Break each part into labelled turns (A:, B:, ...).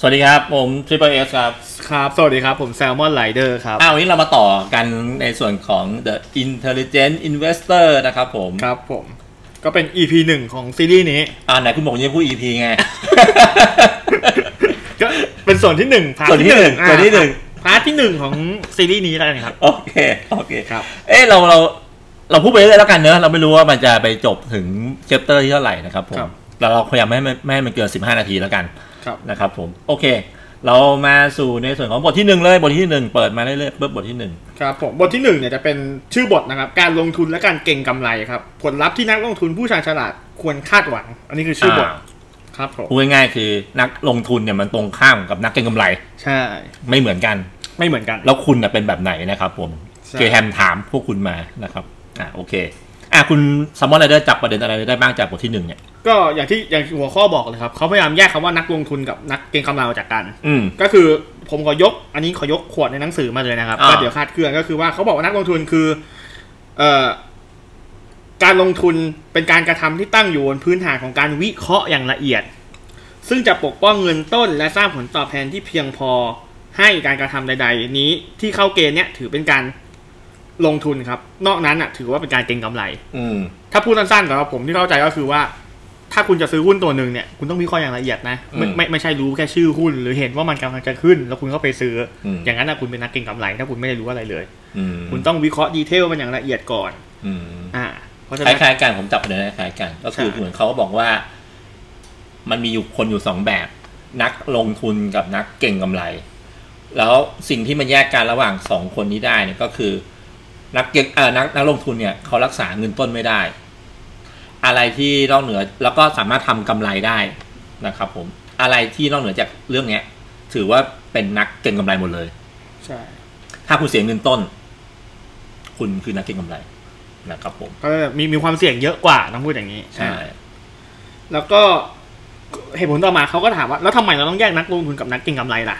A: สวัสดีครับ ผมทริปเปอร์เอสครับ
B: ครับ สวัสดีครับ ผมแซลมอนไ i เดอร์ครับ
A: อ้าววันนี้เรามาต่อกันในส่วนของ The Intelligent Investor นะครับผม
B: ครับผม ก็เป็น EP หนึ่งของซีรีส์นี้
A: อ่าไหนคุณบอกยังพูด EP ไง
B: ก็เป็นส่วนที่หนึ่งพาร์ท
A: ส่วนที่หนึ่ง
B: อ่า
A: ส่วนที่หนึ่ง
B: พาร์ทที่หนึ่งของซีรีส์นี้แล้วกันครับ
A: โอเค โอเค
B: ครับ
A: เอ้เราเราเราพูดไปเรื่อยๆแล้วกันเนอะเราไม่รู้ว่ามันจะไปจบถึงเชปเตอร์ที่เท่าไหร่นะครับผม
B: ครับ
A: แต่เราพยายามไม่ให้มันไม่ให้มันเกิน 15 นาทีแล้วกัน
B: ครับ
A: นะครับผมโอเค เรามาสู่ในส่วนของบทที่หนึ่งเลยบทที่หนึ่งเปิดมาเรื่อยๆปุ๊บบทที่หนึ่ง
B: ครับผม บทที่หนึ่งเนี่ยจะเป็นชื่อบทนะครับ การลงทุนและการเก็งกำไรครับ ผลลัพธ์ที่นักลงทุนผู้ชาญฉลาดควรคาดหวัง อันนี้คือชื่อบท
A: า
B: ครับผม
A: พูดง่ายๆคือนักลงทุนเนี่ยมันตรงข้ามกับนักเก็งกำไร
B: ใช่
A: ไม่เหมือนกัน
B: ไม่เหมือนกัน
A: แล้วคุณน่ะเป็นแบบไหนนะครับผม
B: ใช่
A: เจแฮมถามพวกคุณมานะครับอ่ะโอเคอ่ะคุณสมอนไรเดอร์จับประเด็นอะไรได้บ้างจากบทที่หนึ่งเนี่ย
B: ก็อย่างที่อย่างหัวข้อบอกเลยครับ เขาพยายามแยกคำว่านักลงทุนกับนักเก็งกำไรออกจากกัน
A: อืม
B: ก็คือผมขอยก อันนี้ขอยกขวดในหนังสือมาเลยนะครับ
A: อ่า
B: ก็เดี๋ยวคาดเคลื่อนก็คือว่าเขาบอกว่านักลงทุนคือเอ่อการลงทุนเป็นการกระทำที่ตั้งอยู่บนพื้นฐานของการวิเคราะห์อย่างละเอียด ซึ่งจะปกป้องเงินต้น และสร้างผลตอบแทนที่เพียงพอให้การกระทำใด ๆ นี้ที่เข้าเกณฑ์เนี้ยถือเป็นการลงทุนครับ นอกนั้นอ่ะ ถือว่าเป็นการเก็งกำไร
A: อืม
B: ถ้าพูดสั้นๆสำหรับผมที่เข้าใจก็คือว่า ถ้าคุณจะซื้อหุ้นตัวหนึ่งเนี่ยคุณต้องวิเคราะห์อย่างละเอียดนะไม่ไม่ไม่ใช่รู้แค่ชื่อหุ้น หรือเห็นว่ามันกำลังจะขึ้น แล้วคุณก็ไปซื้ออ
A: ม
B: อย่างนั้นนะคุณเป็นนักเก็งกำไร ถ้าคุณไม่ได้รู้อะไรเลย
A: อืม
B: คุณต้องวิเคราะห์ดีเทลมันอย่างละเอียดก่อน
A: อืม
B: อ่า เพราะฉะ
A: ค
B: นั้น
A: ล้ายๆกันผมจับประเด็นคล้ายๆกัน ก็คือ
B: ใช่
A: เหมือนเขาก็บอกว่า มันมีอยู่คนอยู่สองแบบ นักลงทุนกับนักเก่งกำไร แล้วสิ่งที่มันแยกกันระหว่างสองคนนี้ได้เนี่ยก็คือ นักเก็งเอ่อนักนักลงทุนเนี่ยเขารักษาเงินต้นไม่ได้ อะไรที่นอกเหนือแล้วก็สามารถทำกำไรได้นะครับ ผม อะไรที่นอกเหนือจากเรื่องเนี้ย ถือว่าเป็นนักเก็งกำไรหมดเลย
B: ใช่
A: ถ้าคุณเสียเงินต้น คุณคือนักเก็งกำไรนะครับผม
B: ก็มีมีความเสี่ยงเยอะกว่าต้องพูดอย่างนี้
A: ใช่
B: อ่าแล้วก็เหตุผลต่อมาเขาก็ถามว่าแล้วทำไมเราต้องแยกนักลงทุนกับนักเก็งกำไรล่ะ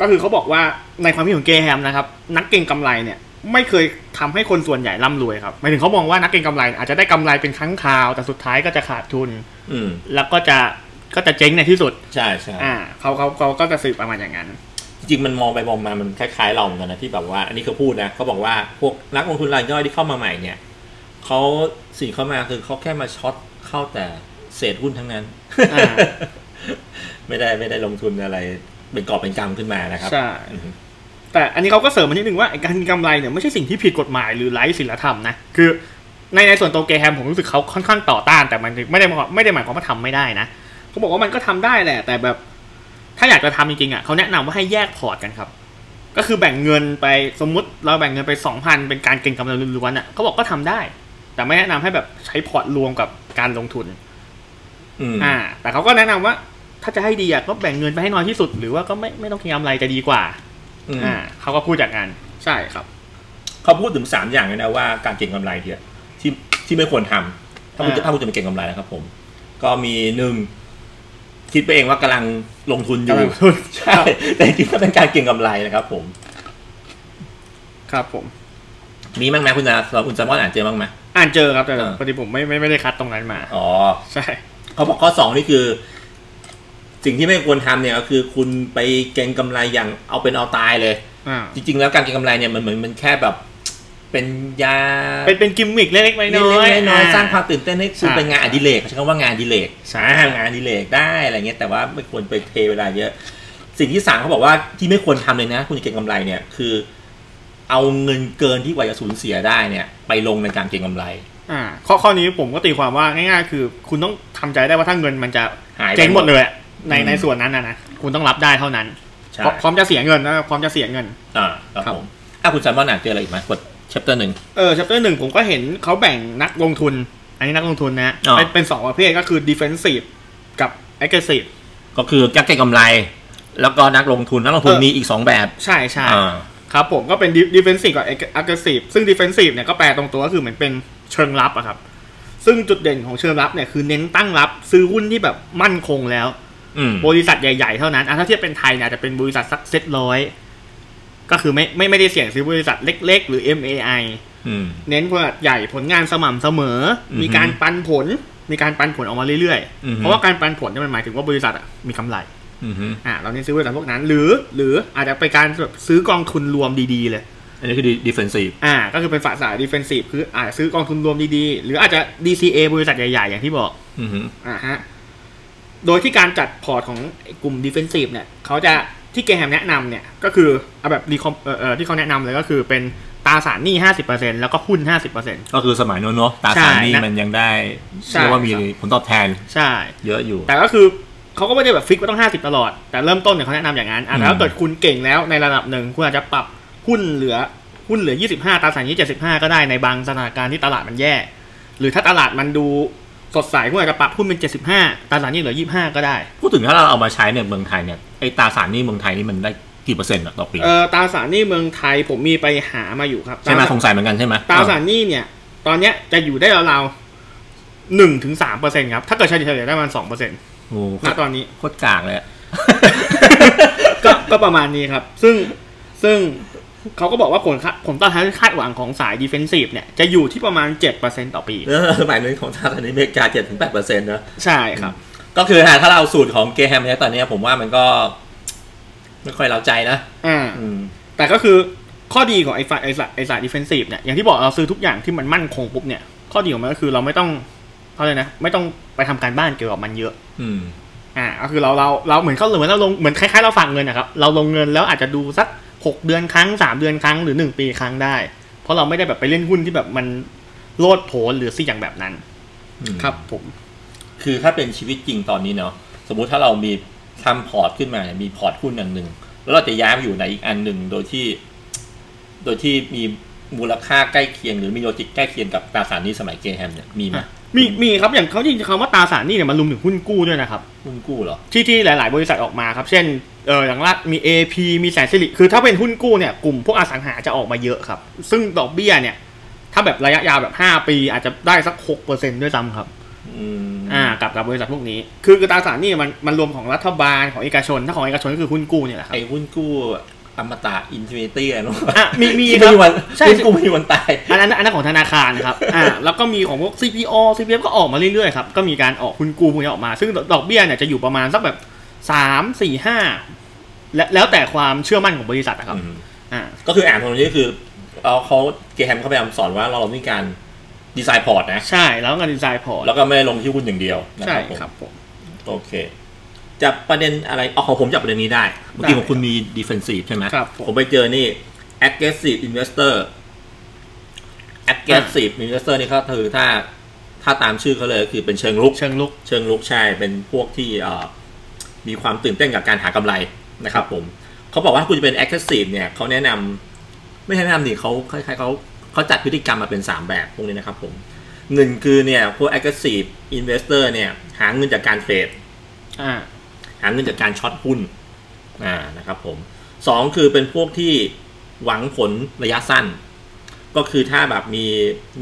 B: ก็คือเขาบอกว่าในความคิดของเกแฮมนะครับ นักเก็งกำไรเนี่ย ไม่เคยทำให้คนส่วนใหญ่ร่ำรวยครับหมายถึงเขามองว่านักเก็งกำไรอาจจะได้กำไรเป็นครั้งคราว แต่สุดท้ายก็จะขาดทุน
A: อืม
B: แล้วก็จะก็จะเจ๊งในที่สุด
A: ใช่ใช่
B: อ่าเขาเขาเขาก็จะสืบประมาณอย่างนั้น
A: จริงๆมันมองไปมองมา มันคล้ายๆเราเหมือนกันนะที่แบบว่า อันนี้เขาพูดนะเขาบอกว่าพวกนักลงทุนรายย่อยที่เข้ามาใหม่เนี่ยเขาสิ่งเข้ามาคือเขาแค่มาช็อตเข้าแต่เศษหุ้นทั้ งนั้น
B: อ่า
A: ไม่ได้ไม่ได้ลงทุนอะไร เป็นกอบเป็นกำขึ้นมานะครับ
B: ใช่
A: อืม
B: แต่อันนี้เขาก็เสริมมานิดนึงว่าไอ้การกำไรเนี่ยไม่ใช่สิ่งที่ผิดกฎหมายหรือไร้ศีลธรรมนะ คือในในส่วนตัวเกแฮมผมรู้สึกเขาค่อนข้างต่อต้านแต่มันไม่ได้ไม่ได้หมายความว่าทำไม่ได้นะเขาบอกว่ามันก็ทำได้แหละ แต่แบบ ถ้าอยากจะทำจริงๆอ่ะเขาแนะนำว่าให้แยกพอร์ตกันครับ ก็คือแบ่งเงินไปสมมติเราแบ่งเงินไปสองพันเป็นการเก็งกำไรล้วนๆอ่ะเขาบอกก็ทำได้ แต่ไม่แนะนำให้แบบใช้พอร์ตรวมกับการลงทุน
A: อืม
B: อ่า แต่เขาก็แนะนำว่า ถ้าจะให้ดีอ่ะก็แบ่งเงินไปให้น้อยที่สุด หรือว่าก็ไม่ไม่ต้องเก็งกำไรจะดีกว่า
A: อืม
B: อ่าเขาก็พูดอย่างนั้นใช่ครับ
A: เขาพูดถึงสามอย่างเลยนะว่าการเก็งกำไรเนี่ยที่ที่ไม่ควรทำถ้าคุณจะ
B: อ่า
A: ถ้าคุณจะไปเก็งกำไรนะครับผม ก็มีหนึ่งคิดไปเองว่ากำลังลงทุนอยู่ใช่แต่จริงๆก็เป็นการเก็งกำไรนะครับผม
B: ครับผม
A: มีบ้างไหมคุณนาสำหรับคุณแซมมอนอ่านเจอบ้างไหม
B: อ่านเจอครับแต่
A: อ่า
B: พอดีผมไม่ไม่ไม่ได้คัดตรงนั้นมา
A: อ๋อ
B: ใช่
A: เขาบอกข้อสองนี่คือ สิ่งที่ไม่ควรทำเนี่ยก็คือ คุณไปเก็งกำไรอย่างเอาเป็นเอาตายเลย
B: อ่า
A: จริง ๆ แล้วการเก็งกำไรเนี่ยมันเหมือนมันแค่แบบ เป็นยา
B: เป็นเป็นกิมมิกเล็กๆน้อยๆ
A: เล็กๆน้อย
B: อ่
A: ๆสร้างความตื่นเต้นให้คุณ
B: ใช่
A: เป็นงานอดิเรกใช้คำว่างานอดิเรก
B: ใช่
A: อ่างานอดิเรกได้อะไรเงี้ยแต่ว่าไม่ควรไปเทเวลาเยอะ สิ่งที่สามเขาบอกว่าที่ไม่ควรทำเลยนะ คุณจะเก็งกำไรเนี่ยคือ เอาเงินเกินที่กว่าจะสูญเสียได้เนี่ย ไปลงในการเก็งกำไร
B: อ่าข้อข้อนี้ผมก็ตีความว่าง่ายๆ คือ คุณต้องทำใจได้ว่าถ้าเงินมันจะ
A: หายไป
B: เจ๊งหมดเลยอะใน
A: อืม
B: ในส่วนนั้นนะนะคุณต้องรับได้เท่านั้น
A: ใช่
B: พร้อมพร้อมจะเสียเงินนะพร้อมจะเสียเงิน
A: อ่าครับ
B: ครับ
A: ผมอ่ะคุณแซมมอนอ่านเจออะไรอีกไหมกดเชปเตอร์หนึ่ง
B: เออชัปเตอร์หนึ่งผมก็เห็นเขาแบ่งนักลงทุน อันนี้นักลงทุนนะ
A: อ๋อ
B: เป็นเป็นสองประเภทก็คือ defensive กับ aggressive
A: ก็คือนักเก็งกำไร แล้วก็นักลงทุนนักลงทุน
B: เออ
A: มีอีกสองแบบ
B: ใช่ใช่
A: อ่า
B: ครับผมก็เป็น Def- defensive กับ Ag- aggressive ซึ่ง defensive เนี่ยก็แปลตรงตัวก็คือเหมือนเป็นเชิงรับอะครับ ซึ่งจุดเด่นของเชิงรับเนี่ยคือเน้นตั้งรับซื้อหุ้นที่แบบมั่นคงแล้ว
A: อืม
B: บริษัทใหญ่ๆเท่านั้นอ่ะถ้าเทียบเป็นไทยเนี่ยอาจจะเป็นบริษัทสักเซ็ตร้อยก็คือไม่ไม่ไม่ได้เสี่ยงซื้อบริษัทเล็กๆ หรือ MAI
A: อืม
B: เน้นบริษัทใหญ่ผลงานสม่ำเสมอ
A: อือฮึ
B: มีการปันผล มีการปันผลออกมาเรื่อย
A: อือ
B: ๆ
A: ฮึ
B: เพราะว่าการปันผลเนี่ยมันหมายถึงว่าบริษัทอะมีกำไร
A: อือฮึ
B: อ่าเราเนี่ยซื้อหุ้นจากพวกนั้น หรือหรืออาจจะไปนการแบบซื้อกองทุนรวมดีๆเลย
A: อันนี้คือดิเฟนซีฟ
B: อ่าก็คือเป็นฝ่ายสายดิเฟนซีฟคืออาจจะซื้อกองทุนรวมดีๆ หรืออาจจะ DCA บริษัทใหญ่ ๆ อย่างที่บอก
A: อือฮึ
B: อ่าฮะ โดยที่การจัดพอร์ตของกลุ่ม defensive เนี่ยเขาจะที่เกรแฮมแนะนำเนี่ย ก็คือเอาแบบ recom- เอ่อเอ่อที่เขาแนะนำเลยก็คือเป็นตราสารหนี้ 50%แล้วก็หุ้น 50%
A: ก็คือสมัยโน้นเนาะตราสารหนี้
B: ใช่นะ
A: มันยังได้
B: ใช่
A: เรียกว่ามีผลตอบแทน
B: ใช่
A: เยอะอยู่
B: แต่ก็คือเขาก็ไม่ได้แบบฟิกว่าต้อง 50 ตลอด แต่เริ่มต้นเนี่ยเขาแนะนำอย่างนั้นอ่ะ
A: อืม
B: แล้วถ้าเกิดคุณเก่งแล้วในระดับหนึ่งคุณอาจจะปรับหุ้นเหลือหุ้นเหลือ 25 ตราสารหนี้ 75 ก็ได้ในบางสถานการณ์ที่ตลาดมันแย่ หรือถ้าตลาดมันดูสดใสคุณอาจจะปรับหุ้นเป็น 75 ตราสารหนี้เหลือ 25 ก็ได้
A: พูดถึงถ้าเราเอามาใช้เนี่ยเมืองไทยเนี่ยไอ้ตราสารหนี้เมืองไทยนี่มันได้กี่เปอร์เซ็นต์อะต่อปี
B: เออตราสารหนี้เมืองไทยผมมีไปหามาอยู่ครับ
A: ใช่ไหม
B: ตราสาร
A: สงสัยเหมือนกันใช่ไหม
B: ตราสารหนี้เนี่ย ตอนเนี้ยจะอยู่ได้ราวๆหนึ่งถึงสามเปอร์เซ็นครับ ถ้าเกิดเฉลี่ยๆได้ประมาณสองเปอร์เซ็นต์
A: โอ้โห
B: ณตอนนี้
A: โคตรกากเลยอะ
B: ก็ก็ประมาณนี้ครับ ซึ่งซึ่งเขาก็บอกว่าผลคาผลตอบแทนที่คาดหวังของสายดิเฟนซีฟเนี่ย จะอยู่ที่ประมาณเจ็ดเปอร์เซ็นต์ต่อปี
A: เออสมัยนึงของตราสารหนี้อเมริกาเจ็ดถึงแปดเปอร์เซ็นต์นะ
B: ใช่ครับ
A: ก็คือหาถ้าเราเอาสูตรของเกรแฮมมาใช้ตอนเนี้ยผมว่ามันก็ ไม่ค่อยเราใจนะ
B: อ่า แต่ก็คือข้อดีของไอ้ฝ่ายไอ้สายไอ้สายดิเฟนซีฟเนี่ยอย่างที่บอกเราซื้อทุกอย่างที่มันมั่นคงปุ๊บเนี่ย ข้อดีของมันก็คือเราไม่ต้องเขาเลยกนะ ไม่ต้องไปทำการบ้านเกี่ยวกับมันเยอะ
A: อืม
B: อ่าก็คือเราเราเราเหมือนเขาเหมือนเราลงเหมือนคล้ายๆเราฝากเงินนะครับเราลงเงินแล้วอาจจะดูสักหกเดือนครั้งสามเดือนครั้งหรือหนึ่งปีครั้งได้ เพราะเราไม่ได้แบบไปเล่นหุ้นที่แบบมันโลดโผนหรือสิ่งอย่างแบบนั้น
A: อืม
B: ครับผม
A: คือถ้าเป็นชีวิตจริงตอนนี้เนาะสมมุติถ้าเรามีทำพอร์ตขึ้นมาเนี่ยมีพอร์ตหุ้นอันหนึ่งแล้วเราจะย้ายไปอยู่ในอีกอันหนึ่งโดยที่ โดยที่มีมูลค่าใกล้เคียง หรือมีโลจิกใกล้เคียงกับตราสารหนี้สมัยเกรแฮมเนี่ยมีไหม
B: มีมีครับอย่างเขาจริงๆคำว่าตราสารหนี่เนี่ยมันรวมถึงหุ้นกู้ด้วยนะครับ
A: หุ้นกู้เหรอ
B: ที่ที่หลาย ๆ บริษัทออกมาครับ เช่นเอออย่างล่ามี AP มีแสนสิริคือถ้าเป็นหุ้นกู้เนี่ยกลุ่มพวกอสังหาจะออกมาเยอะครับ ซึ่งดอกเบี้ยเนี่ย ถ้าแบบระยะยาวแบบ 5 ปี อาจจะได้สัก6%ด้วยซ้ำครับ
A: อืม
B: อ่ากับกับบริษัทพวกนี้ คือคือตราสารหนี่มันมันรวมของรัฐบาลของเอกชน ถ้าของเอกชนก็คือหุ้นกู้เนี่ยแหละครับ
A: ไอ้หุ้นกู้อมตะอินฟินิตี้อะไรนู้น
B: อ่ะมีมี
A: ที่ไม่มีวัน
B: ใช่
A: หุ้นกู้ไม่มีวันตาย
B: อันนั้นอันนั้นของธนาคารครับ อ่า แล้วก็มีของพวก CPO CPF ก็ออกมาเรื่อยๆครับ ก็มีการออกหุ้นกู้พวกนี้ออกมา ซึ่งดอกเบี้ยเนี่ยจะอยู่ประมาณสักแบบสามสี่ห้าและแล้วแต่ความเชื่อมั่นของบริษัทนะครับ
A: อืม
B: อ่า
A: ก็คืออ่านตรงนี้คือเอาเขาเกรแฮมเขาพยายามสอนว่าเรามีการดีไซน์พอร์ตนะ
B: ใช่แล้วก็ดีไซน์พอร์ต
A: แล้วก็ไม่ได้ลงที่หุ้นอย่างเดียวนะ
B: ใช่
A: ผม
B: ครับผม
A: โอเคจับประเด็นอะไรอ๋อของผมจับประเด็นนี้ได้ เมื่อกี้ของคุณมี defensive ใช่ไหม
B: ครับผม
A: ผมไปเจอนี่ aggressive investor aggressive investor นี่ก็คือถ้าถ้าตามชื่อเขาเลยก็คือเป็นเชิงลุก
B: เชิงลุก
A: เชิงลุกใช่เป็นพวกที่เอ่อมีความตื่นเต้นกับการหากำไรนะครับผมเขาบอกว่าถ้าคุณจะเป็น aggressive เนี่ยเขาแนะนำไม่ใช่แนะนำดิเขาคล้ายๆเขาเขาจัดพฤติกรรมมาเป็น 3 แบบพวกนี้นะครับผมหนึ่งคือเนี่ยพวก aggressive investor เนี่ยหาเงินจากการเทรด
B: อ่า
A: หาเงินจากการช็อตหุ้นอ่านะครับผมสองคือเป็นพวกที่หวังผลระยะสั้น ก็คือถ้าแบบมี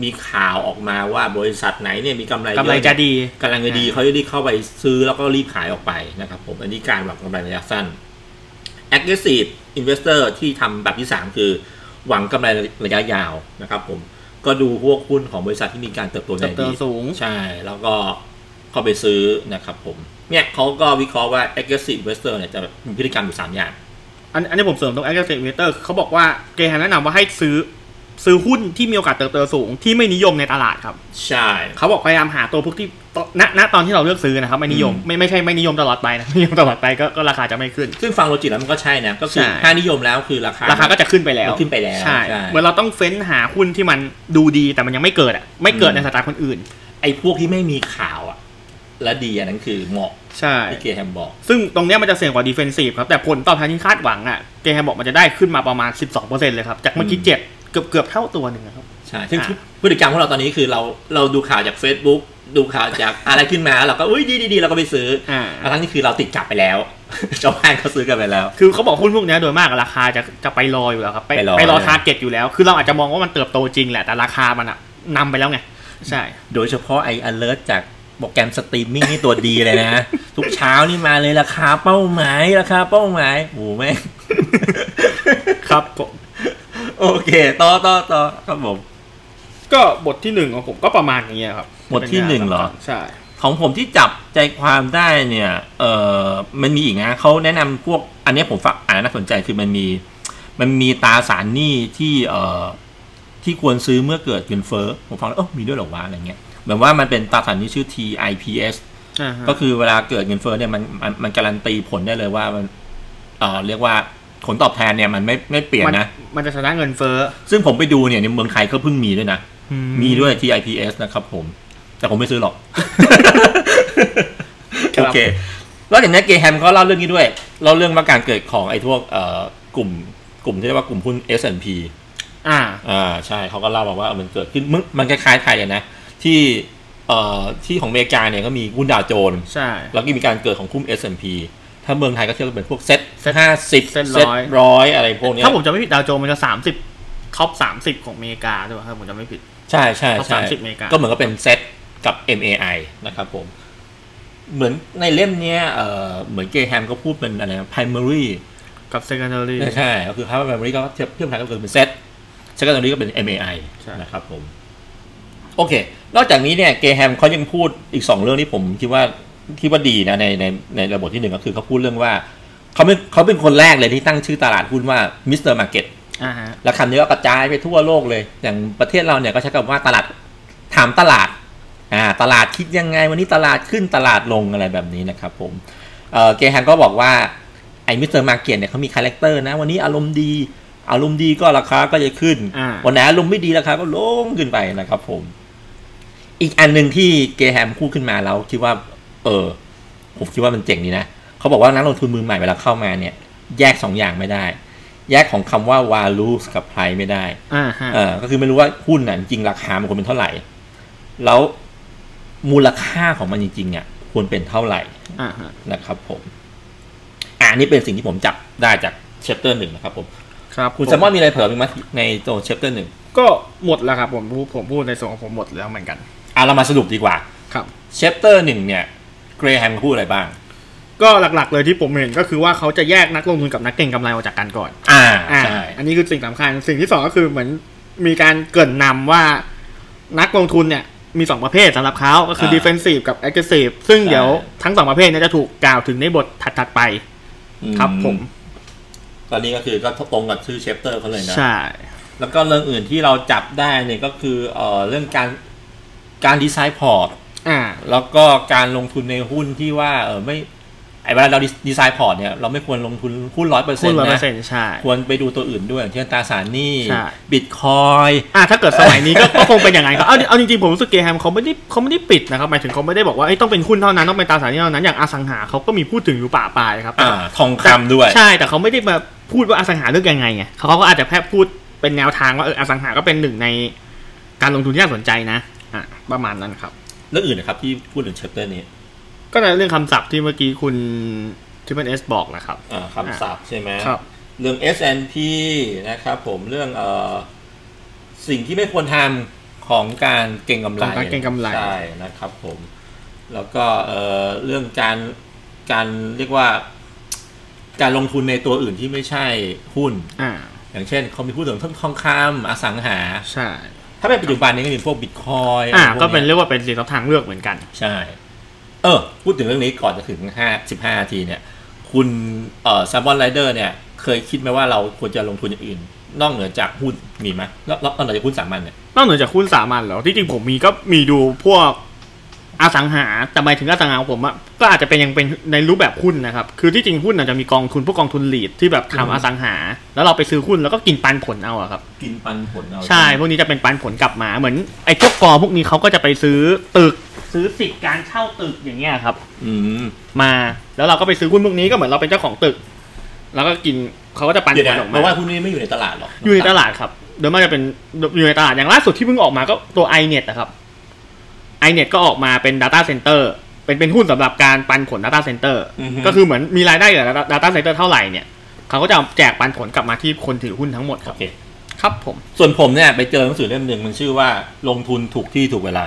A: มีข่าวออกมาว่าบริษัทไหนเนี่ยมีกำไรเย
B: กำ
A: อะ
B: ไรจะ
A: เนี่ย
B: ดี
A: กำลังจะดีเขาจะรีบเข้าไปซื้อแล้วก็รีบขายออกไปนะครับผมอันนี้การหวังกำไรระยะสั้น aggressive investor ที่ทำแบบที่ 3 คือ หวังกำไรระยะยาวนะครับผมก็ดูพวกหุ้นของบริษัทที่มีการเติบโตในอดี
B: เติบ
A: ต
B: โตสูง
A: ใช่ แล้วก็เข้าไปซื้อนะครับผมเนี่ยเขาก็วิเคราะห์ว่า aggressive investor เนี่ยจะมีพฤติกรรมอยู่สามอย่าง
B: อันอันนี้ผมเสริมตรง active investor คือเขาบอกว่าเกรแฮมแนะนำว่าให้ซื้อซื้อหุ้นที่มีโอกาสเติบโตสูงที่ไม่นิยมในตลาดครับ
A: ใช่
B: เขาบอกพยายามหาตัวพวกที่ตณณตอนที่เราเลือกซื้อนะครับ ไม่นิยม
A: อืม
B: ไม่ไม่ใช่ไม่นิยมตลอดไปนะไม่ นิยมตลอดไปก็ก็ราคาจะไม่ขึ้น
A: ซึ่งฟังโลจิกแล้วมันก็ใช่นะก็คือ
B: ใช่
A: ถ้านิยมแล้วคือราคา
B: ราคาก็จะขึ้นไปแล้ว
A: มันขึ้นไปแล้ว
B: ใช่
A: ใช่
B: เหมือนเราต้องเฟ้นหาหุ้นที่มันดูดีแต่มันยังไม่เกิดอ่ะไม่เกิดในสายตาคนอื่น
A: ไอ้พวกที่ไม่มีข่าวอะและดีอันนั้นคือเหมาะ
B: ใช่
A: ที่เกียร์แฮมบอก
B: ซึ่งตรงเนี้ยมันจะเสี่ยงกว่าดิเฟนซีฟครับแต่ผลตอบแทนที่คาดหวังอ่ะเกรแฮมบอกมันจะได้ขึ้นมาประมาณ 12%เลยครับจากเมื่อกี้
A: อืม
B: เจ็ดเกือบเกือบเท่าตัวหนึ่งอะครับ
A: ใช่ซึ่ง
B: อ่า
A: พฤติกรรมของเราตอนนี้คือเราเราดูข่าวจาก Facebook ดูข่าวจากอะไรขึ้นมาแล้วเราก็อุ้ยดีดีดีเราก็ไปซื้อ
B: อ่า
A: อันนั้นนี่คือเราติดกลับไปแล้ว ชาวบ้านเขาซื้อกันไปแล้ว
B: คือเขาบอกหุ้นพวกเนี้ยโดยมากอะราคาจะจะไปรออยู่แล้วครับ ไป
A: ไปรอ
B: ไปรอ
A: เลย
B: ทาร์เก็ตอยู่แล้ว คือเราอาจจะมองว่ามันเติบโตจริงแหละแต่ราคามันอะนำไปแล้วไงใช่
A: โดยเฉพาะไอ้ alert จากโปรแกรมสตรีมมิ่งนี่ตัวดีเลยนะ ทุกเช้านี่มาเลยราคาเป้าหมายราคาเป้าหมายโอ้โหแม่ง
B: ครับผม
A: โอเค ต่อต่อต่อครับผม
B: ก็บทที่หนึ่งของผมก็ประมาณนี้ครับ
A: บทที่หนึ่งเหรอ
B: ใช่
A: ข ของผมที่จับใจความได้เนี่ย เออมันมีอีกนะเขาแนะนำพวกอันเนี้ยผมฝากอ่านน่าสนใจคือมันมี มันมีตราสารหนี้ที่เออที่ควรซื้อเมื่อเกิดเงินเฟ้อผมฟังแล้วเออมีด้วยเหรอวะอะไรเงี้ยเหมือนว่ามันเป็นตราสารหนี้ชื่อ TIPS
B: อ่าฮะ
A: ก็คือเวลาเกิดเงินเฟ้อเนี่ยมันมันมันการันตีผลได้เลยว่ามันเออเรียกว่าผลตอบแทนเนี่ยมันไม่ไม่เปลี่ยน
B: มัน
A: นะ
B: มันจะชนะเงินเฟ้อ
A: ซึ่งผมไปดูเนี่ยในเมืองไทยก็เพิ่งมีด้วยนะ
B: อื
A: มีด้วย TIPS นะครับผม แต่ผมไม่ซื้อหรอก
B: รับ
A: โอเค แล้วอย่างนี้เกย์แฮมก็เล่าเรื่องนี้ด้วยเล่าเรื่องว่าการเกิดของไอ้พวกเอ่อกลุ่มกลุ่มที่เรียกว่ากลุ่มหุ้น S&P
B: อ่า
A: อ่าใช่เขาก็เล่ามาว่าเออมันเกิดขึ้นมึงมันคล้ายๆไทยอะนะ ที่เอ่อที่ของอเมริกาเนี่ยก็มีหุ้นดาวโจนส์
B: ใช่
A: แล้วก็มีการเกิดของกลุ่ม S&P ถ้าเมืองไทยก็เชื่อว่าเป็นพวกเซ็ต
B: Set
A: ห้าสิบ
B: Set
A: ร้อยอะไรพวกเนี้ย
B: ถ้าผมจะไม่ผิดดาวโจนส์มันจะสามสิบท็อปสามสิบของอเมริกาใช่ป่ะถ้าผมจะไม่ผิด
A: ใช่ใช่
B: ท็อป
A: ใช่
B: 30อเมริกา
A: ก็เหมือนกับเป็นเซ็ตกับ MAI นะครับผม เหมือนในเล่มเนี้ยเออเหมือนเกย์แฮมก็พูดเป็นอะไรนะ primary
B: กับ secondary
A: ใช่ก็คือ Harvard Memory ก็เทียบเทียบไทยก็คือเป็นเซตเซตกับตรงนี้ก็เป็น MAI
B: ใช่
A: นะครับผม โอเค นอกจากนี้เนี่ย เกแฮมเขายังพูดอีกสองเรื่องที่ผมคิดว่าคิดว่าดีนะในในในระบบที่หนึ่งก็คือเขาพูดเรื่องว่าเขาเป็นเขาเป็นคนแรกเลยที่ตั้งชื่อตลาดหุ้นว่ามิสเตอร์มาร์เก็ต
B: อ่าฮะ
A: และคำนี้ก็กระจายไปทั่วโลกเลย อย่างประเทศเราเนี่ยก็ใช้คำว่าตลาดถามตลาดอ่าตลาดคิดยังไง วันนี้ตลาดขึ้นตลาดลงอะไรแบบนี้นะครับผม เอ่อเกแฮมก็บอกว่า ไอ้มิสเตอร์มาเก็ตเนี่ยเขามีคาแรคเตอร์นะ วันนี้อารมณ์ดี อารมณ์ดีก็ราคาก็จะขึ้น
B: อ่า
A: วันไหนอารมณ์ไม่ดีราคาก็ลงขึ้นไปนะครับผม อีกอันหนึ่งที่เกแฮมพูดขึ้นมาแล้วคิดว่า เออ ผมคิดว่ามันเจ๋งดีนะเขาบอกว่านักลงทุนมือใหม่เวลาเข้ามาเนี่ย แยกสองอย่างไม่ได้ แยกของคำว่า value กับ price ไม่ได้
B: อ่าฮะ
A: เออก็คือไม่รู้ว่าหุ้นน่ะจริงๆราคามันควรเป็นเท่าไหร่ แล้วมูลค่าของมันจริงๆอ่ะควรเป็นเท่าไหร่
B: อ่าฮะ
A: นะครับผม อ่านี่เป็นสิ่งที่ผมจับได้จากเชปเตอร์หนึ่งนะครับผม
B: ครับ
A: คุณ
B: ผ
A: แซมมอนมีอะไรเผยไหมในตัวเชปเตอร์หนึ่ง
B: ก็หมดแล้วครับผมพูดผมพูดในส่วนของผมหมดแล้วเหมือนกัน
A: อ่ะเรามาสรุปดีกว่า
B: ครับ
A: เชปเตอร์หนึ่งเนี่ยเกรแฮมพูดอะไรบ้าง
B: ก็หลักๆเลยที่ผมเห็นก็คือว่าเขาจะแยกนักลงทุนกับนักเก็งกำไรออกจากกันก่อน
A: อ่า
B: อ่า
A: ใช่
B: อันนี้คือสิ่งสำคัญ สิ่งที่สองก็คือเหมือนมีการเกริ่นนำว่านักลงทุนเนี่ยมีสองประเภทสำหรับเขาก็คืออา ดีเฟนซีฟกับแอ g เ e s ซีฟซึ่งเดี๋ยวทั้งสองประเภทเนี่ยจะถูกกล่าวถึงในบทถัดๆไป
A: อื
B: ครับผม
A: ตอนนี้ก็คือก็ตรงกับชื่อเชปเตอร์เขาเลยนะ
B: ใช่
A: แล้วก็เรื่องอื่นที่เราจับได้เนี่ยก็คือเอ่อเรื่องการการดีไซน์พอร์ต
B: อ่า
A: แล้วก็การลงทุนในหุ้นที่ว่า เออไม่ไอเวลาเราดีไซน์พอร์ตเนี่ยเราไม่ควรลงทุนหุ้นร้อยเปอร์เซ็
B: คุ
A: น
B: ณ
A: ต์
B: ร้อยเปอ
A: นะ
B: ร์เซ็นต์ใช่
A: ควรไปดูตัวอื่นด้วยอย่างเช่นตราสารหนี้
B: ใช่
A: บิตคอยน์
B: อ่าถ้าเกิดสมัยนี้ก็ ก็คงเป็นอย่างนั้นครับเอาเอาจริงๆผมรู้สึกเกย์แฮมเขาไม่ได้เขาไม่ได้ปิดนะครับหมายถึงเขาไม่ได้บอกว่าเอ้ยต้องเป็นหุ้นเท่านั้นต้องเป็นตราสารหนี้เท่านั้นอย่างอสังหาเขาก็มีพูดถึงอยู่ป่าปลายครับ
A: อ่า ทองคำด้วย
B: ใช่แต่เขาไม่ได้มาพูดว่าอสังหาเลือกยังไงไงเขาก็อาจจะแค่พูดเป็นแนวทางว่าเอออสังหาก็เป็นหนึ่งในการลงทุนที่น่าสนใจนะอ่ะประมาณนั้นครับ
A: แล้วอื่นนะครับที่พูดถึงเชปเตอร์นี้
B: ก็ในเรื่องคำศัพท์ที่เมื่อกี้คุณทิมเบอร์เอสบอกนะครับ
A: อ่าคำศัพท์ใช่ไหม
B: ครับ
A: เรื่อง S&P นะครับผมเรื่องเอ่อสิ่งที่ไม่ควรทำของการเก็งกำไร
B: ของการเก็งกำไร
A: ใช่นะครับผม แล้วก็เอ่อเรื่องการการเรียกว่า การลงทุนในตัวอื่นที่ไม่ใช่หุ้น
B: อ่า
A: อย่างเช่นเขามีพูดถึงทองคำอสังหา
B: ใช่
A: ถ้าเป็นปัจจุบันนี้ก็มีพวกบิตคอย
B: อ่า
A: น์ะไรพว
B: ก็เป็น
A: ย
B: เรียกว่าเป็นสินทรัพย์ทางเลือกเหมือนกัน
A: ใช่ เออ พูดถึงเรื่องนี้ก่อนจะถึงห้าสิบห้านาทีเนี่ย คุณเอ่อแซมบอนไรเดอร์เนี่ย เคยคิดไหมว่าเราควรจะลงทุนอย่างอื่น นอกเหนือจากหุ้นมีไหมนอกนอกนอกจากหุ้นสามัญเนี่ย
B: นอกเหนือจากหุ้นสามัญแล้วที่จริงผมมีก็มีดูพวกอสังหาแต่หมายถึงอสังหาของผมอะก็อาจจะเป็นยังเป็นในรูปแบบหุ้นนะครับคือที่จริงหุ้นอาจจะมีกองทุนพวกกองทุนหลีดที่แบบทำอสังหา แล้วเราไปซื้อหุ้นแล้วก็กินปันผลเอาอะครับ
A: กินปันผลเอา
B: ใช่พวกนี้จะเป็นปันผลกลับมาเหมือนไอ้พวกกองพวกนี้เขาก็จะไปซื้อตึกซื้อสิทธิ์การเช่าตึกอย่างเงี้ยครับ
A: อืม
B: มาแล้วเราก็ไปซื้อหุ้นพวกนี้ก็เหมือนเราเป็นเจ้าของตึก แล้วก็กินเขาก็จะปัน
A: เดี๋ยว
B: ผ
A: นะ
B: ลออก
A: เพ
B: มา
A: ราะว่าหุ้นนี้ไม่อยู่ในตลาดหรอก
B: อยู่ในตลาดครับโดยมากจะเป็นอยู่ในตลาดอย่างล่าสุดที่เพิ่งออกมาก็ตัว iNet นะครับ iNet ก็ออกมาเป็น Data Center เป็นเป็นหุ้นสำหรับการปันผล Data Center ก็คือเหมือนมีรายได้จาก Data- Data Center เท่าไหร่เนี่ย เขาก็จะแจกปันผลกลับมาที่คนถือหุ้นทั้งหมดค
A: โอ
B: รับ
A: เค
B: ครับผม
A: ส่วนผมเนี่ยไปเจอหนังสือเล่มหนึ่งมันชื่อว่าลงทุนถูกที่ถูกเวลา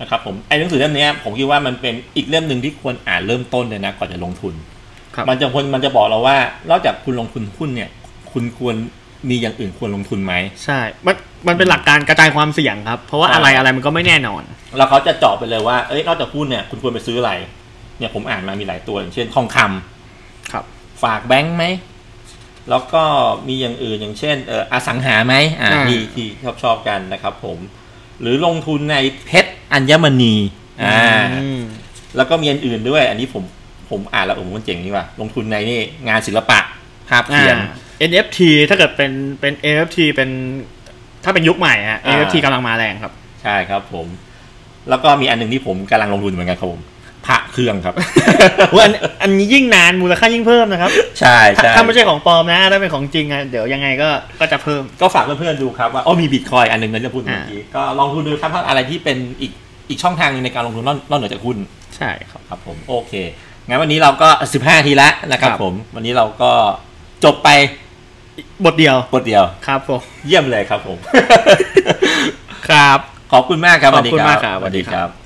A: นะครับผมไอ้หนังสือเล่มเนี้ยผมคิดว่ามันเป็นอีกเล่มหนึ่งที่ควรอ่านเริ่มต้นเลยนะก่อนจะลงทุน
B: ครับ
A: มันจะพนมันจะบอกเราว่านอกจากคุณลงทุนหุ้นเนี่ย คุณควร มีอย่างอื่นควรลงทุนไหม
B: ใช่ มันมันเป็นหลักการกระจายความเสี่ยงครับ เพราะว่า
A: ใช่
B: อะไรอะไรมันก็ไม่แน่นอน
A: แล้วเขาจะเจาะไปเลยว่า เอ้ย นอกจากหุ้นเนี่ย คุณควรไปซื้ออะไร เนี่ยผมอ่านมามีหลายตัวอย่างเช่นทองคำ
B: ครับ
A: ฝากแบงก์ไหม แล้วก็มีอย่างอื่นอย่างเช่นเอออสังหาไหมอ่า
B: อ่า
A: ที่ที่ชอบชอบกันนะครับผม หรือลงทุนในเพชรอัญมณี อ่า
B: อืม
A: แล้วก็มีอันอื่นด้วย อันนี้ผมผมอ่านแล้วผมมันเจ๋งนี่ว่ะลงทุนในนี่งานศิลปะภาพ
B: อ่า
A: เขียน
B: NFT ถ้าเกิดเป็นเป็น NFT เป็น ถ้าเป็นยุคใหม่ฮะ
A: อ่า
B: NFT กำลังมาแรงครับ
A: ใช่ครับผม แล้วก็มีอันหนึ่งที่ผมกำลังลงทุนเหมือนกันครับผมพระเครื่องค รับ
B: อุ๊ยอันอันนี้ยิ่งนานมูลค่ายิ่งเพิ่มนะครับ
A: ใช่
B: ถ้า
A: ใช่
B: ถ้าไม่ใช่ของปลอมนะ ถ้าเป็นของจริงอะเดี๋ยวยังไงก็ก็จะเพิ่ม
A: ก็ฝากเพื่อนๆดูครับว่าโอ้มีบิตคอยอันหนึ่งนะจะพูดเมื่อ
B: อ่า
A: กี้ก็ลองทุนดูครับว่าอะไรที่เป็นอีกอีกช่องทางหนึงในการลงทุนนอกนอกเหนือจากหุ้น
B: ใช่ครับ
A: ครับผมโอเค งั้นวันนี้เราก็ 15 ทีละนะครับ
B: ครับ
A: ผม วันนี้เราก็จบไป
B: บทเดียว
A: บทเดียว
B: ครับผม
A: เยี่ยมเลยครับผม
B: ครับ
A: ขอบคุณมากครับ
B: ขอบคุณมากครับ
A: สวัสดี
B: สวัสดี
A: ค
B: ครั
A: รับ บ